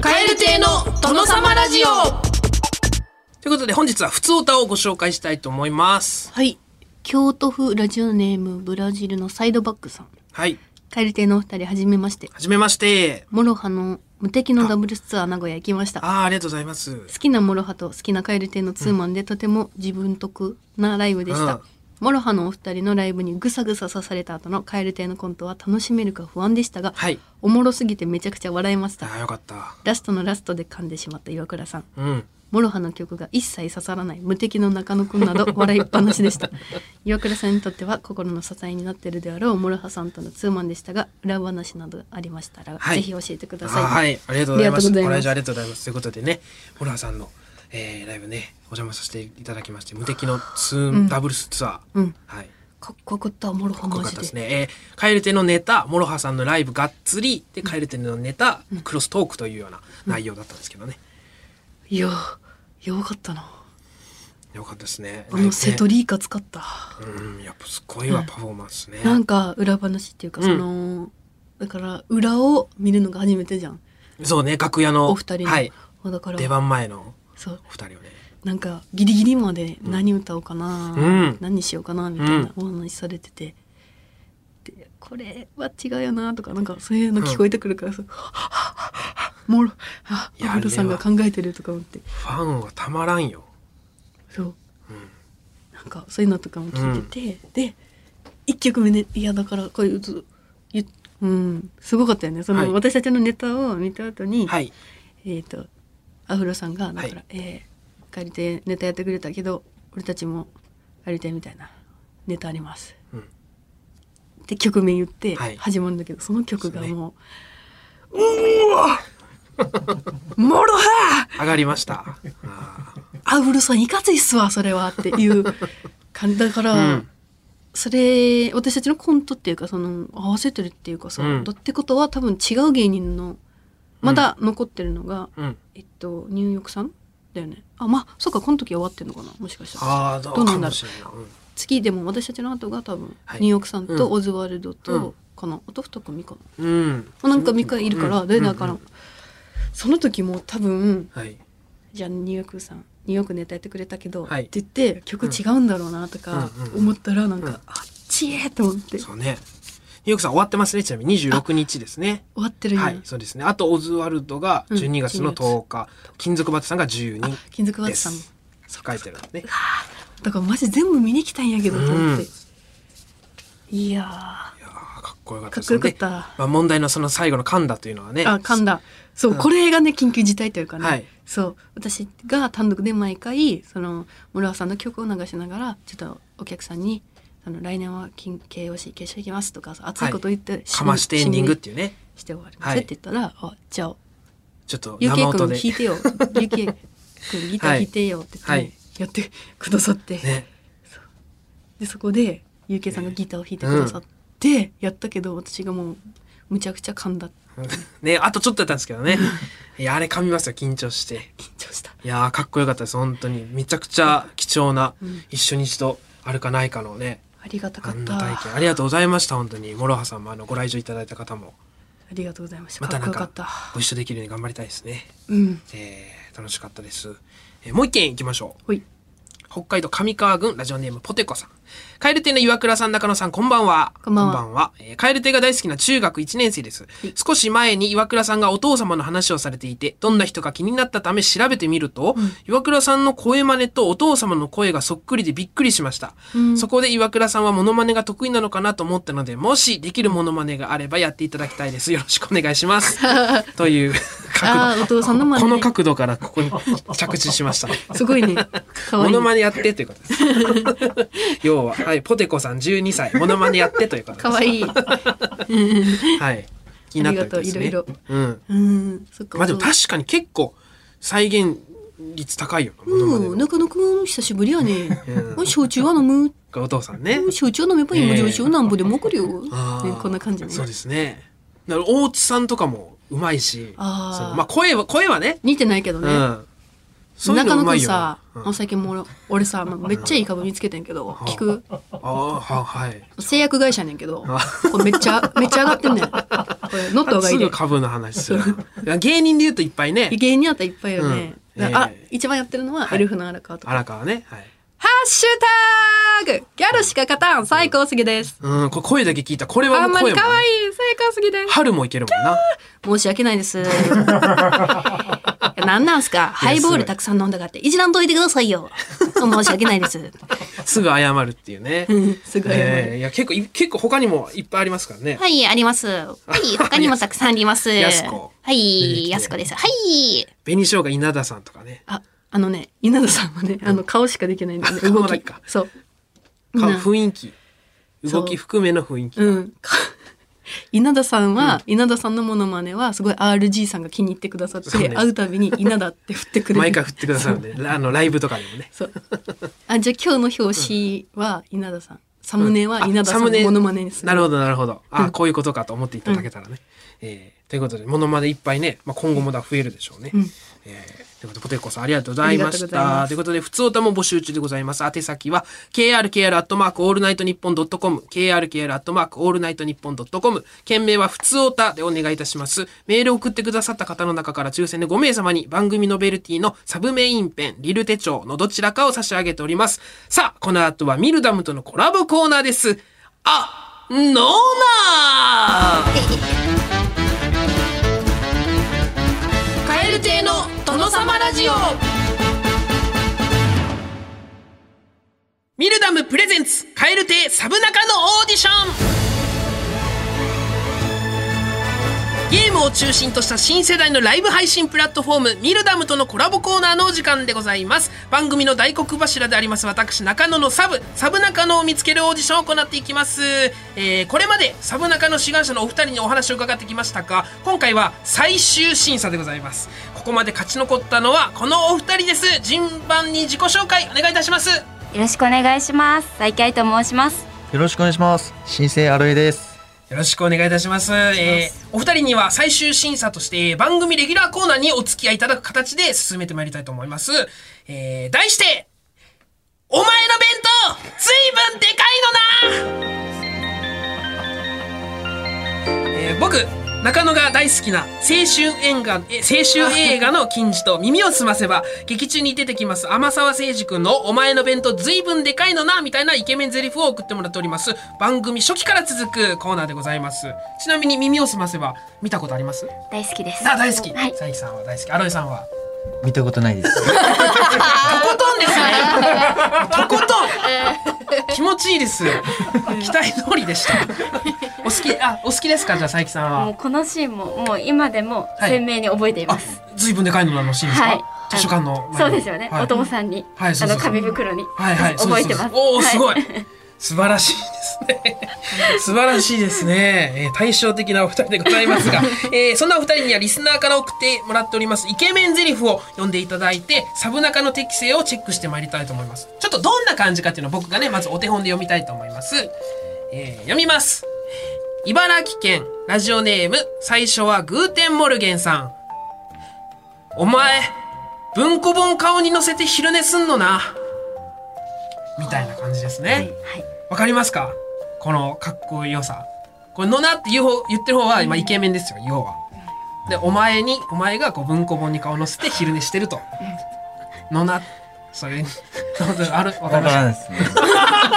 S1: カエル亭の殿様ラジオということで本日は普通歌をご紹介したいと思います。
S2: はい京都府ラジオネームブラジルのサイドバックさん
S1: はい。
S2: 蛙亭のお二人はじめまして
S1: はじめまして。
S2: モロハの無敵のダブルスツアー名古屋行きました。
S1: ああ、ありがとうございます。
S2: 好きなモロハと好きなカエル亭のツーマンでとても自分得なライブでした。
S1: うん
S2: モロハのお二人のライブにぐさぐさ刺された後の蛙亭のコントは楽しめるか不安でしたが、
S1: はい
S2: おもろすぎてめちゃくちゃ笑いまし
S1: あ
S2: た
S1: ーよかった
S2: ラストのラストで噛んでしまった岩倉さん
S1: うん
S2: モロハの曲が一切刺さらない無敵の中野くん など笑いっぱなしでした岩倉さんにとっては心の支えになっているであろうモロハさんとのツーマンでしたが裏話などありましたら、
S1: はい
S2: ぜひ教えてくだ
S1: あ
S2: さい、
S1: はいありがとうございま
S2: あ
S1: す
S2: りがとうございま
S1: ご来
S2: す
S1: 場ありがとうございますということでねホラーさんの、えーライブねお邪魔させていただきまして無敵のツー、ダブルスツアー、
S2: うん
S1: はい
S2: かっこよかったモロハ
S1: かっこよ
S2: マ
S1: かった
S2: ジで
S1: ですね。えー、カエルテのネタ、モロハさんのライブがっつり、で、カエルテのネタ、クロストークというような内容だったんですけどね。
S2: いやーよかったな
S1: よかったですね。
S2: あの
S1: セ
S2: セ
S1: ト
S2: ト
S1: リ
S2: リーカ使った、
S1: うん、やっぱすごいわ、パフォーマンスね。
S2: なんか裏話っていうか
S1: うん
S2: その、だから裏を見るのが初めてじゃん
S1: そうね、楽屋の、
S2: お二人の、
S1: はい、
S2: だから
S1: 出番前の
S2: そう
S1: お二人をね。
S2: なんかギリギリまで何歌おうかな、
S1: うん
S2: 何しようかなみたいなお話されてて、でこれは違うよなとかなんかそういうの聞こえてくるからそう、はっはっはっはもろあ
S1: いや
S2: パブロさんが考えてるとか思って
S1: ファンはたまらんよ。
S2: そう、なんかそういうのとかも聞いてて、で1曲目ねいやだからこういうずゆうんすごかったよねその、
S1: はい
S2: 私たちのネタを見た後に、
S1: はい。
S2: えっ、とアフロさんがだから、
S1: はい
S2: えー、借りてネタやってくれたけど俺たちも借りてみたいなネタあります。
S1: うん
S2: って曲名言って
S1: はい
S2: 始まるんだけど、その曲が
S1: そうね
S2: もう「うおーもろは
S1: 上がりました。あー
S2: アフロさんいかついっすわそれは」っていう感じだから、
S1: うん
S2: それ私たちのコントっていうかその合わせてるっていうかさ、
S1: うん
S2: だってことは多分違う芸人のまだ残ってるのが、
S1: うん。
S2: えっと、ニューヨークさんだよね。あ、まあ、そうか、この時は終わってんのかな、もしかしたら。
S1: ああ、ど
S2: どう
S1: う
S2: な
S1: か
S2: んだろ
S1: も
S2: う
S1: しれない。うん
S2: 次、でも私たちの後が多分、
S1: はい
S2: ニューヨークさん
S1: う
S2: と
S1: ん
S2: オズワルド
S1: うん
S2: と、かな、あと2組かな。
S1: うん。
S2: まあなんか3回いるから、
S1: うん
S2: で、だか
S1: う
S2: ら
S1: ん、
S2: その時も多分、
S1: はい。
S2: じゃあニューヨークさん、ニューヨークネタやってくれたけど、
S1: はい
S2: って言って、曲違うんだろうなとか
S1: うんうんうん
S2: 思ったら、なん
S1: うん
S2: か、あっちえーと思って、終
S1: そうね。ニューヨークさん終わってますね、ちなみに26日ですね。
S2: わってるよ、
S1: はい、そうですね。あとオズワルドが
S2: うん
S1: 12月の10日、金属バットさんが12
S2: あ
S1: で、
S2: 金属バットさんも。
S1: す。書いてるんですね。
S2: だからマジ全部見に来たんやけど、と思って
S1: うん。い
S2: いやー。
S1: やーかっこよかった
S2: か
S1: で
S2: っ
S1: す
S2: こ
S1: ね
S2: よかった。
S1: まあ問題のその最後の噛んだというのはね。
S2: あ、噛んだ。そう、これがね、緊急事態というかね。
S1: はい
S2: そう、私が単独で毎回、その、村尾さんの曲を流しながら、ちょっとお客さんに、あの、来年は金 KOC 決勝行きますとかさ、熱いこと言って、
S1: かましてエンディングって
S2: い
S1: いうね。
S2: う。して終わります、
S1: はい
S2: って言ったら、あ、じゃあ、
S1: ちょっと
S2: ゆけ
S1: 生音
S2: くん
S1: で。
S2: 弾いてよ。ゆけくんギター弾いてよって言って、
S1: はい
S2: やってくださって。
S1: ね。
S2: で、そこで、ゆけさんがギターを弾いてくださって、やったけど、私がもう、むちゃくちゃ噛んだ。
S1: ね、あとちょっとやったんですけどね。いや、あれ噛みますよ、緊張して。
S2: 緊張した。
S1: いやーかっこよかったです、本当に。めちゃくちゃ貴重な、
S2: ん
S1: 一緒に一度あるかないかのね、
S2: ありがたか
S1: あ
S2: っ
S1: ん
S2: た。
S1: な体験。ありがとうございました、本当に。諸葉さんも、あの、ご来場いただいた方も、
S2: ありがとうございました。
S1: ま
S2: か
S1: た
S2: っこ
S1: なん
S2: よ
S1: か
S2: かった。、
S1: ご一緒できるように頑張りたいですね。
S2: うん。
S1: えー、楽しかったです。えーもう一件行きましょう。
S2: ほい。
S1: 北海道上川郡ラジオネームポテコさん。カエル亭の岩倉さん、中野さん、こんばんは。
S2: こんばんは
S1: えーカエル亭が大好きな中学1年生です。少し前に岩倉さんがお父様の話をされていて、どんな人か気になったため調べてみると、岩倉さんの声真似とお父様の声がそっくりでびっくりしました。そこで岩倉さんはモノマネが得意なのかなと思ったので、もしできるモノマネがあればやっていただきたいです。よろしくお願いし ます。という
S2: ああ、お
S1: 角
S2: 父さんの
S1: 度。
S2: 真
S1: この
S2: 似、ね。
S1: 角度からここに着地しましたね。
S2: すごいね。かわ
S1: モ
S2: いい
S1: ノ。マネやってということ です。要は、はい、ポテコさん12歳、モノマネやってということです。
S2: かわ いい。
S1: はい。気になったみたですね。
S2: ありがとう
S1: うん。
S2: うん。そっか。
S1: まあでも確かに結構再現率高いよな、モノマネ
S2: うん、
S1: の。
S2: 中野くん久しぶりやね
S1: うん。
S2: おい焼酎は飲む。
S1: お父さんね。
S2: 焼酎は飲めばいいもん
S1: ええ
S2: 焼酎なんぼでも送るよ。ね
S1: あー、
S2: こんな感じね。
S1: そうですね。だから大津さんとかもうまいし、
S2: あー
S1: そうまあ声は、声はね。
S2: 似てないけど
S1: う
S2: ね。
S1: ん。そういうのう
S2: 中野く
S1: ま
S2: ん
S1: いよ
S2: さ
S1: な。、
S2: お最近もろ俺さ、まあめっちゃいい株見つけてんけど、聞く
S1: ああー、は、はい。
S2: 製薬会社やねんけど、これめっ ちゃ、めっちゃ上がってんねん。これ、ノットがい
S1: す
S2: いで
S1: ぐ。株の話するな。 芸人で言うといっぱいね。
S2: 芸人あったらいっぱいよね。
S1: うん
S2: だからあ
S1: ええ、
S2: 一番やってるのは、
S1: はい
S2: エルフの荒川とか。
S1: 荒川ね。はい。
S2: ハッシュタグギャルしか勝たん最高すぎです。
S1: うん、これ声だけ聞いた。これは
S2: あ
S1: も
S2: ん
S1: う
S2: ま
S1: 声も
S2: り
S1: ね、
S2: 可愛い最高すぎです。
S1: 春もいけるもんな。
S2: 申し訳な いです。いやなんなんすかハイボールたくさん飲んだがって、いじらんといてくださいよ。申し訳ないです。
S1: すぐ謝るっていうね。
S2: うんすごい。
S1: えーいや結構い結構他にもいっぱいありますからね。
S2: はい、あります。はい、他にもたくさんあります。
S1: やすこ
S2: は
S1: 出てき
S2: い、
S1: て
S2: やすこです。はい。
S1: 紅生姜稲田さんとかね。
S2: あ、あのね、稲田さんはね、あの顔しかできないん で、ね、
S1: あ
S2: 動
S1: 顔だ
S2: き
S1: けか。
S2: そう。
S1: か
S2: な
S1: 雰囲気
S2: そう
S1: 動き含めの雰囲気。
S2: うん。 か稲田さんは、稲田さんのモノマネはすごい RG さんが気に入ってくださって、
S1: そうね
S2: 会うたびに稲田って振ってくれる。
S1: 毎回振ってくださるんで、あのライブとかでもね。
S2: そう。 あ、じゃあ今日の表紙は稲田さん。サムネは稲田
S1: あ
S2: さん
S1: サム
S2: の
S1: ネ
S2: モノマネにする。
S1: なるほどなるほど。あ、
S2: うん
S1: こういうことかと思っていただけたらね。えーということでモノマネいっぱいね、まあ今後もだ増えるでしょうね。
S2: うん
S1: えーということでポテコさんありがとうございま
S2: あり
S1: し
S2: がとうございま
S1: た。
S2: す
S1: ということで、普通歌も募集中でございます。宛先は、krkr.allnightnippon.com、krkr.allnightnippon.com、件名は普通歌でお願いいたします。メールを送ってくださった方の中から抽選で5名様に番組ノベルティのサブメインペン、リル手帳のどちらかを差し上げております。さあ、この後はミルダムとのコラボコーナーです。あ、ノーナー
S5: カエル亭の殿様ラジオ
S1: ミルダムプレゼンツカエル亭サブナカのオーディションゲームを中心とした新世代のライブ配信プラットフォームミルダムとのコラボコーナーのお時間でございます番組の大黒柱であります私中野のサブサブ中野を見つけるオーディションを行っていきます、えーこれまでサブ中野志願者のお二人にお話を伺ってきましたが今回は最終審査でございますここまで勝ち残ったのはこのお二人です順番に自己紹介お願いいたします
S6: よろしくお願いします。最下位と申します。
S7: よろしくお願いします。新生アロエです。
S1: よろしくお願いいたします。えーお二人には最終審査としてえー番組レギュラーコーナーにお付き合いいただく形で進めてまいりたいと思います。えー題して、お前の弁当、ずいぶんでかいのなえー僕、中野が大好きな青春映画、え青春映画の金字と耳をすませば、劇中に出てきます天沢誠二君のお前の弁当ずいぶんでかいのな、みたいなイケメン台詞を送ってもらっております。番組初期から続くコーナーでございます。ちなみに耳をすませば、見たことあります
S6: 大好きです。
S1: あ、大好き。
S6: はい
S1: 佐伯さんは大好き。アロエさんは
S7: 見たことないです。
S1: とことんですね。とことん。気持ちいいです。期待通りでした。お好き、あ、お好きですか、じゃあ、佐伯さん
S6: もう
S1: は。
S6: このシーンももう今でも
S1: はい
S6: 鮮明に覚えてい
S1: あ
S6: ます。、
S1: ずいぶんでかいのあのシーンですか。
S6: はい
S1: 図書館の前の。
S6: そうですよね。
S1: はい
S6: お友さんに、
S1: はいそう
S6: あ
S1: そうそう
S6: の紙袋に、
S1: はいはい、
S6: 覚えてます。
S1: そうですそう
S6: は
S1: ですおお、すごい。素晴らしいですね。素晴らしいですね。えー対照的なお二人でございます が、えーそんなお二人にはリスナーから送ってもらっておりますイケメン台詞を読んでいただいて、サブ中の適性をチェックしてまいりたいと思います。ちょっとどんな感じかっていうのを僕がね、まずお手本で読みたいと思います。えー読みます。茨城県ラジオネーム最初はグーテンモルゲンさん。お前、文庫本顔に乗せて昼寝すんのな。みたいな感じですね。わ、
S6: はい
S1: かりますかこのかっこよさ。これ、のなって言う方、言ってる方は、今イケメンですよ、要は。で、お前に、お前がこう文庫本に顔を乗せて昼寝してると。のな、それ、 ある、わ
S7: わ
S1: か
S7: か
S1: りました
S7: ら。ないですね。
S1: 嘘だい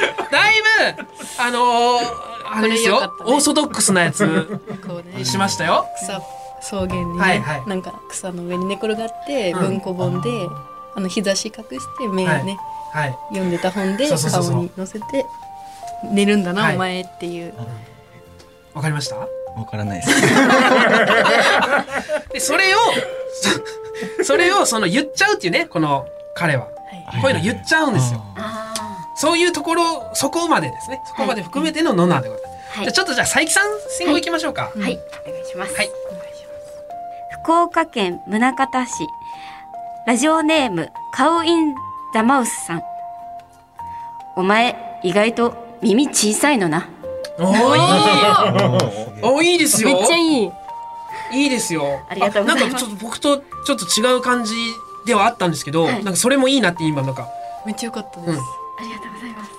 S1: ぶだいぶあのー、あれですよ
S2: これ良かったね
S1: オーソドックスなやつ
S2: こうね
S1: しましたよ。
S2: 草草原にね、
S1: はいはい
S2: なんか草の上に寝転がって、
S1: うん
S2: 文庫本であの日差し隠して目
S1: は
S2: ね、
S1: いはい。
S2: 読んでた本で
S1: そうそうそうそう
S2: 顔に乗せて寝るんだな、
S1: はい
S2: お前っていう
S1: わかりました
S7: わからないです。
S1: で、それを、 そそれをその言っちゃうっていうね、この彼は。こういうの言っちゃうんですよ。そういうところ、そこまでですね。そこまで含めてのノナでございます。
S6: はい
S1: じゃあちょっとじゃあ佐伯さん戦後行きましょうか。
S6: はい、お願いします。
S1: はい
S6: 福岡県宗像市、ラジオネーム、カオイン・ザ・マウスさん。お前、意外と耳小さいのな。
S1: おーいい
S7: お
S1: おーいいですよ。
S2: めっちゃいい
S1: いいですよ。
S6: ありがとうございま
S1: あなんか
S6: す
S1: ちょっと僕とちょっと違う感じではあったんですけど、なんかそれもいいなって今なんか、
S2: めっちゃ良かったです、
S1: うん
S6: ありがとうございます。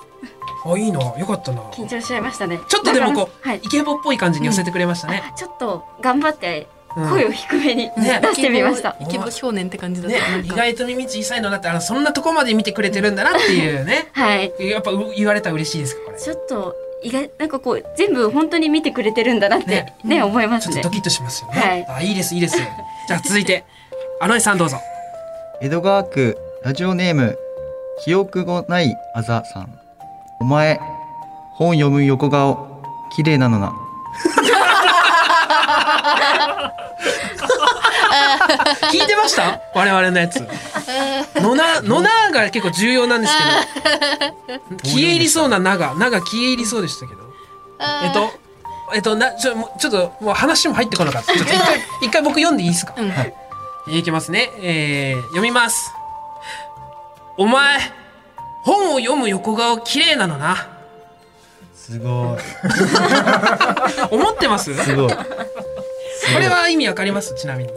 S1: あ、いいな、よかったな。ち
S6: 緊張しちゃいましたね。
S1: ょっとでもこう、
S6: はい
S1: イ。ケボっぽい感じに寄せてくれましたね。
S6: あちょっと頑張って
S1: うん
S6: 声を低めに出
S1: ね
S6: してみました。
S2: イケボ少年って感じだっ
S1: ね
S2: た、なん
S1: 意
S2: か
S1: 外と耳小さいのだって、あの、そんなとこまで見てくれてるんだなっていうね。
S6: はい。
S1: やっぱう言われたら嬉しいですか、これ。ち
S6: ちょっと意外なんかこう全部本当に見てくれてるんだなってね
S1: ね
S6: 思いま
S1: ょっ
S6: す
S1: と
S6: ね
S1: ド。キッとしますよね。
S6: はい
S1: あ、いいです、いいです。じゃあ続いて、アノエさんどうぞ。
S7: 江戸川区ラジオネーム記憶がないあざさんお前本読む横顔綺麗なのな
S1: 聞いてました我々のやつのなのなが結構重要なんですけど消え入りそうなながなが消え入りそうでしたけどえっとえっとなちょもうちょっともう話も入ってこなかったちょっと一回一回僕読んでいいですか、
S2: うん
S7: はい
S1: いきますね、えー読みますお前本を読む横顔綺麗なのな
S7: すごい
S1: 思ってます
S7: す
S1: こ
S7: ごい
S1: れは意味わかりますちなみに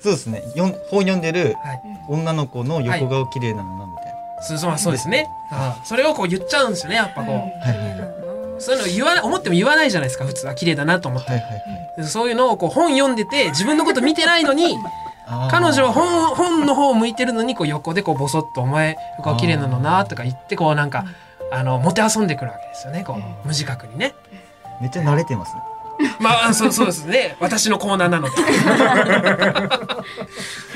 S7: そうですねよん本読んでる
S1: はい
S7: 女の子の横顔綺麗なのなみたいな
S1: そうそうそうですねああそれをこう言っちゃうんですよねやっぱこう、
S7: はいはいはい
S1: そういうの言わない思っても言わないじゃないですか普通は綺麗だなと思って、
S7: はいはい
S1: そういうのをこう本読んでて自分のこと見てないの に
S7: あー
S1: 彼女は本本の方を向いてるのにこう横でこうボソッと「お前ここ綺麗なのな」とか言ってこうなんかあのもてあそんでくるわけですよねこう無自覚にね。
S7: めっちゃ慣れてますね
S1: まあそうそうです ね私のコーナーなので。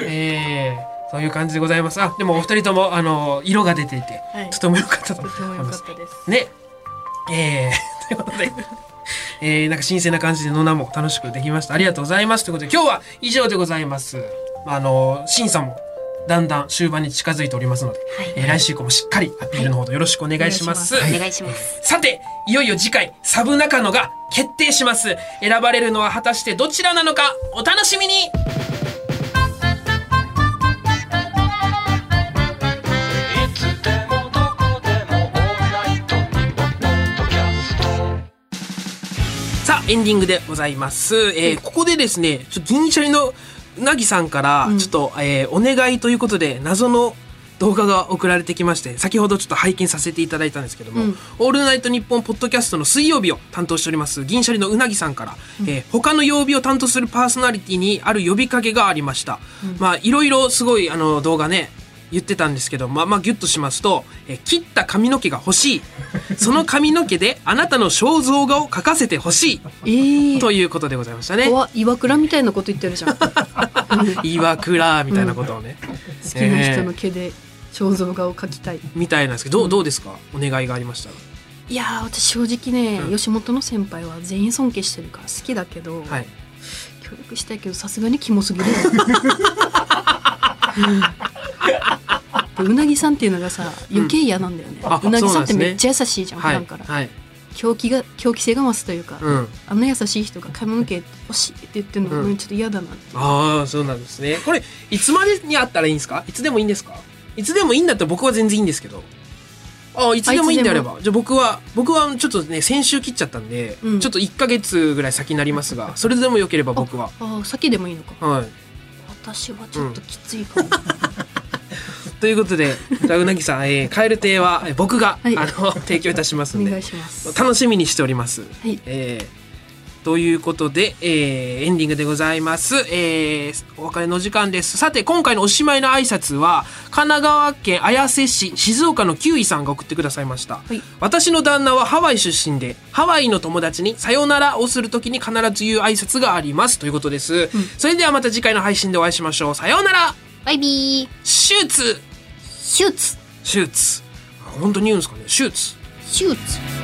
S1: えーそういう感じでございます。あ、でもお二人ともあの色が出ていて、
S2: はい
S1: とても良かったと
S2: と
S1: 思
S2: ても
S1: い
S2: 良か
S1: ま
S2: っ
S1: す。
S2: たです。
S1: ね。え ー、ということで、えー、なんか新鮮な感じでのなも楽しくできました。ありがとうございます。ということで、今日は以上でございます。あの、審査もだんだん終盤に近づいておりますので、えー来週以降もしっかりアピールのほどよろしくお願いします。
S6: お願いします。
S1: さて、いよいよ次回、サブ中野が決定します。選ばれるのは果たしてどちらなのか、お楽しみにさあエンディングでございます、えーここでですねちょっと銀シャリのうなぎさんからちょっと、えーお願いということで謎の動画が送られてきまして先ほどちょっと拝見させていただいたんですけども「オールナイトニッポン」ポッドキャストの水曜日を担当しております銀シャリのうなぎさんから、えー他の曜日を担当するパーソナリティにある呼びかけがありました、まあいろいろすごいあの動画ね言ってたんですけど、まあ、まあギュッとしますと、えー切った髪の毛が欲しい その髪の毛であなたの肖像画を描かせてほしい
S2: ええ
S1: ということでございましたね。
S2: 怖っ岩倉みたいなこと言ってる じゃん。好
S1: 岩倉みたいなことをね、
S2: きな人の毛で肖像画を描きたい。
S1: みたいなんですけど、どうどうですか？お願いがありましたら。
S2: いやー私正直ね、
S1: うん
S2: 吉本の先輩は全員尊敬してるから好きだけど、
S1: はい。
S2: 協力したいけどさすがにキモすぎ るよ、うんでうなぎさんっていうのがさ余計嫌なんだよね、
S1: あ
S2: うなぎさんっ
S1: そうなんで
S2: て
S1: すね
S2: めっちゃ優しいじゃん、
S1: は
S2: 普
S1: い。
S2: 段から、
S1: はい。
S2: 狂気が狂気性が増すというか、
S1: うん。
S2: あの優しい人が髪の毛欲しいって言ってるのが、
S1: うん
S2: うんちょっと嫌だなって
S1: ああ、そうなんですね。これいつまでにあったらいいんですか？いつでもいいんですか？いつでもいいんだったら僕は全然いいんですけど。ああいつでもいいんであればじゃあ僕は僕はちょっとね先週切っちゃったんで、
S2: うん
S1: ちょっと1か月ぐらい先になりますがそれでもよければ僕は
S2: ああ先でもいいのか
S1: はい
S2: 私はちょっときついかも、
S1: ということでじゃあうなぎさん、えー、カエル亭はえー僕が、
S2: はい
S1: あの提供いたしますん
S2: お
S1: で
S2: 願いします
S1: 楽しみにしております。
S2: い
S1: えーということで、えーエンディングでございます、えーお別れの時間です。さて、今回のおしまいの挨拶は、神奈川県綾瀬市、静岡のキウイさんが送ってくださいました。
S2: い
S1: 私の旦那はハワイ出身で、ハワイの友達にさよならをするときに必ず言う挨拶があります。ということです。それではまた次回の配信でお会いしましょう。さようなら
S2: バイビー
S1: シューツ
S2: シューツ
S1: シューツ。本当に言うんですかねシューツ。
S2: シューツ